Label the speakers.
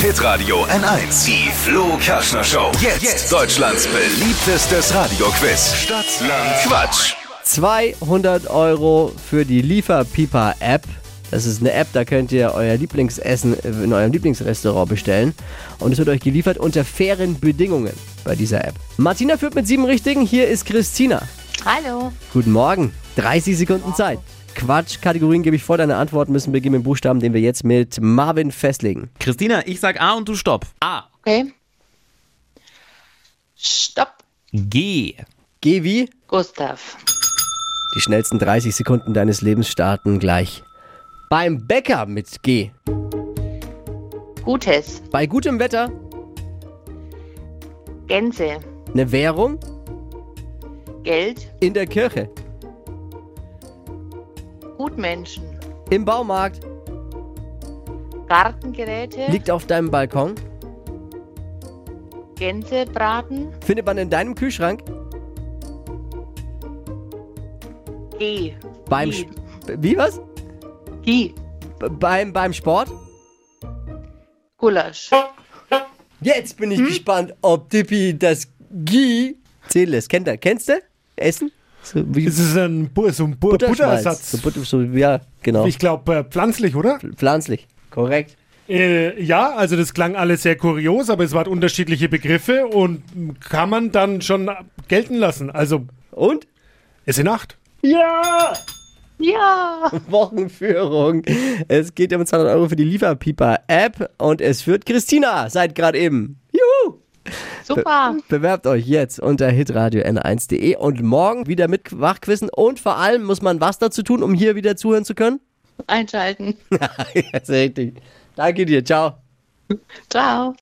Speaker 1: Hitradio N1. Die Flo Kaschner Show. Jetzt, Deutschlands beliebtestes Radioquiz. Stadt, Land, Quatsch.
Speaker 2: 200 Euro für die Lieferpipa-App. Das ist eine App, da könnt ihr euer Lieblingsessen äh, in eurem Lieblingsrestaurant bestellen. Und es wird euch geliefert unter fairen Bedingungen bei dieser App. Martina führt mit sieben Richtigen. Hier ist Christina.
Speaker 3: Hallo.
Speaker 2: Guten Morgen. 30 Sekunden Zeit. Quatsch, Kategorien gebe ich vor. Deine Antworten müssen beginnen mit Buchstaben, den wir jetzt mit Marvin festlegen.
Speaker 4: Christina, ich sag A und du stopp. A.
Speaker 3: Okay. Stopp.
Speaker 4: G.
Speaker 2: Geh wie?
Speaker 3: Gustav.
Speaker 2: Die schnellsten 30 Sekunden deines Lebens starten gleich. Beim Bäcker mit G.
Speaker 3: Gutes.
Speaker 2: Bei gutem Wetter
Speaker 3: Gänse.
Speaker 2: eine Währung
Speaker 3: Geld.
Speaker 2: in der Kirche.
Speaker 3: Gutmenschen.
Speaker 2: Im Baumarkt
Speaker 3: Gartengeräte.
Speaker 2: liegt auf deinem Balkon.
Speaker 3: Gänsebraten.
Speaker 2: Findet man in deinem Kühlschrank.
Speaker 3: G.
Speaker 2: Beim
Speaker 3: G.
Speaker 2: Sp- Wie was?
Speaker 3: G.
Speaker 2: B- Beim, beim Sport?
Speaker 3: Gulasch.
Speaker 2: Jetzt bin ich
Speaker 5: Hm?
Speaker 2: gespannt, ob Dippy das G zählen lässt. Kennt er? Kennst du? Essen? So wie
Speaker 5: Es ist ein, Bu- so ein Bu-
Speaker 2: Butterschmalz.
Speaker 5: Butterersatz.
Speaker 2: So Butter, so, ja, genau.
Speaker 5: Ich glaube, äh, pflanzlich, oder?
Speaker 2: Pflanzlich. Korrekt.
Speaker 5: Äh, ja, also das klang alles sehr kurios, aber es waren unterschiedliche Begriffe und kann man dann schon gelten lassen. Also,
Speaker 2: Und?
Speaker 5: es sind acht.
Speaker 2: Ja!
Speaker 3: Ja.
Speaker 2: Wochenführung. Es geht um 200 Euro für die Lieferpieper-App und es führt Christina seit gerade eben. Juhu!
Speaker 3: Super.
Speaker 2: Bewerbt euch jetzt unter hitradio n1.de und morgen wieder mit Wachquissen und vor allem muss man was dazu tun, um hier wieder zuhören zu können?
Speaker 3: Einschalten.
Speaker 2: ja, ist richtig. Danke dir, ciao.
Speaker 3: Ciao.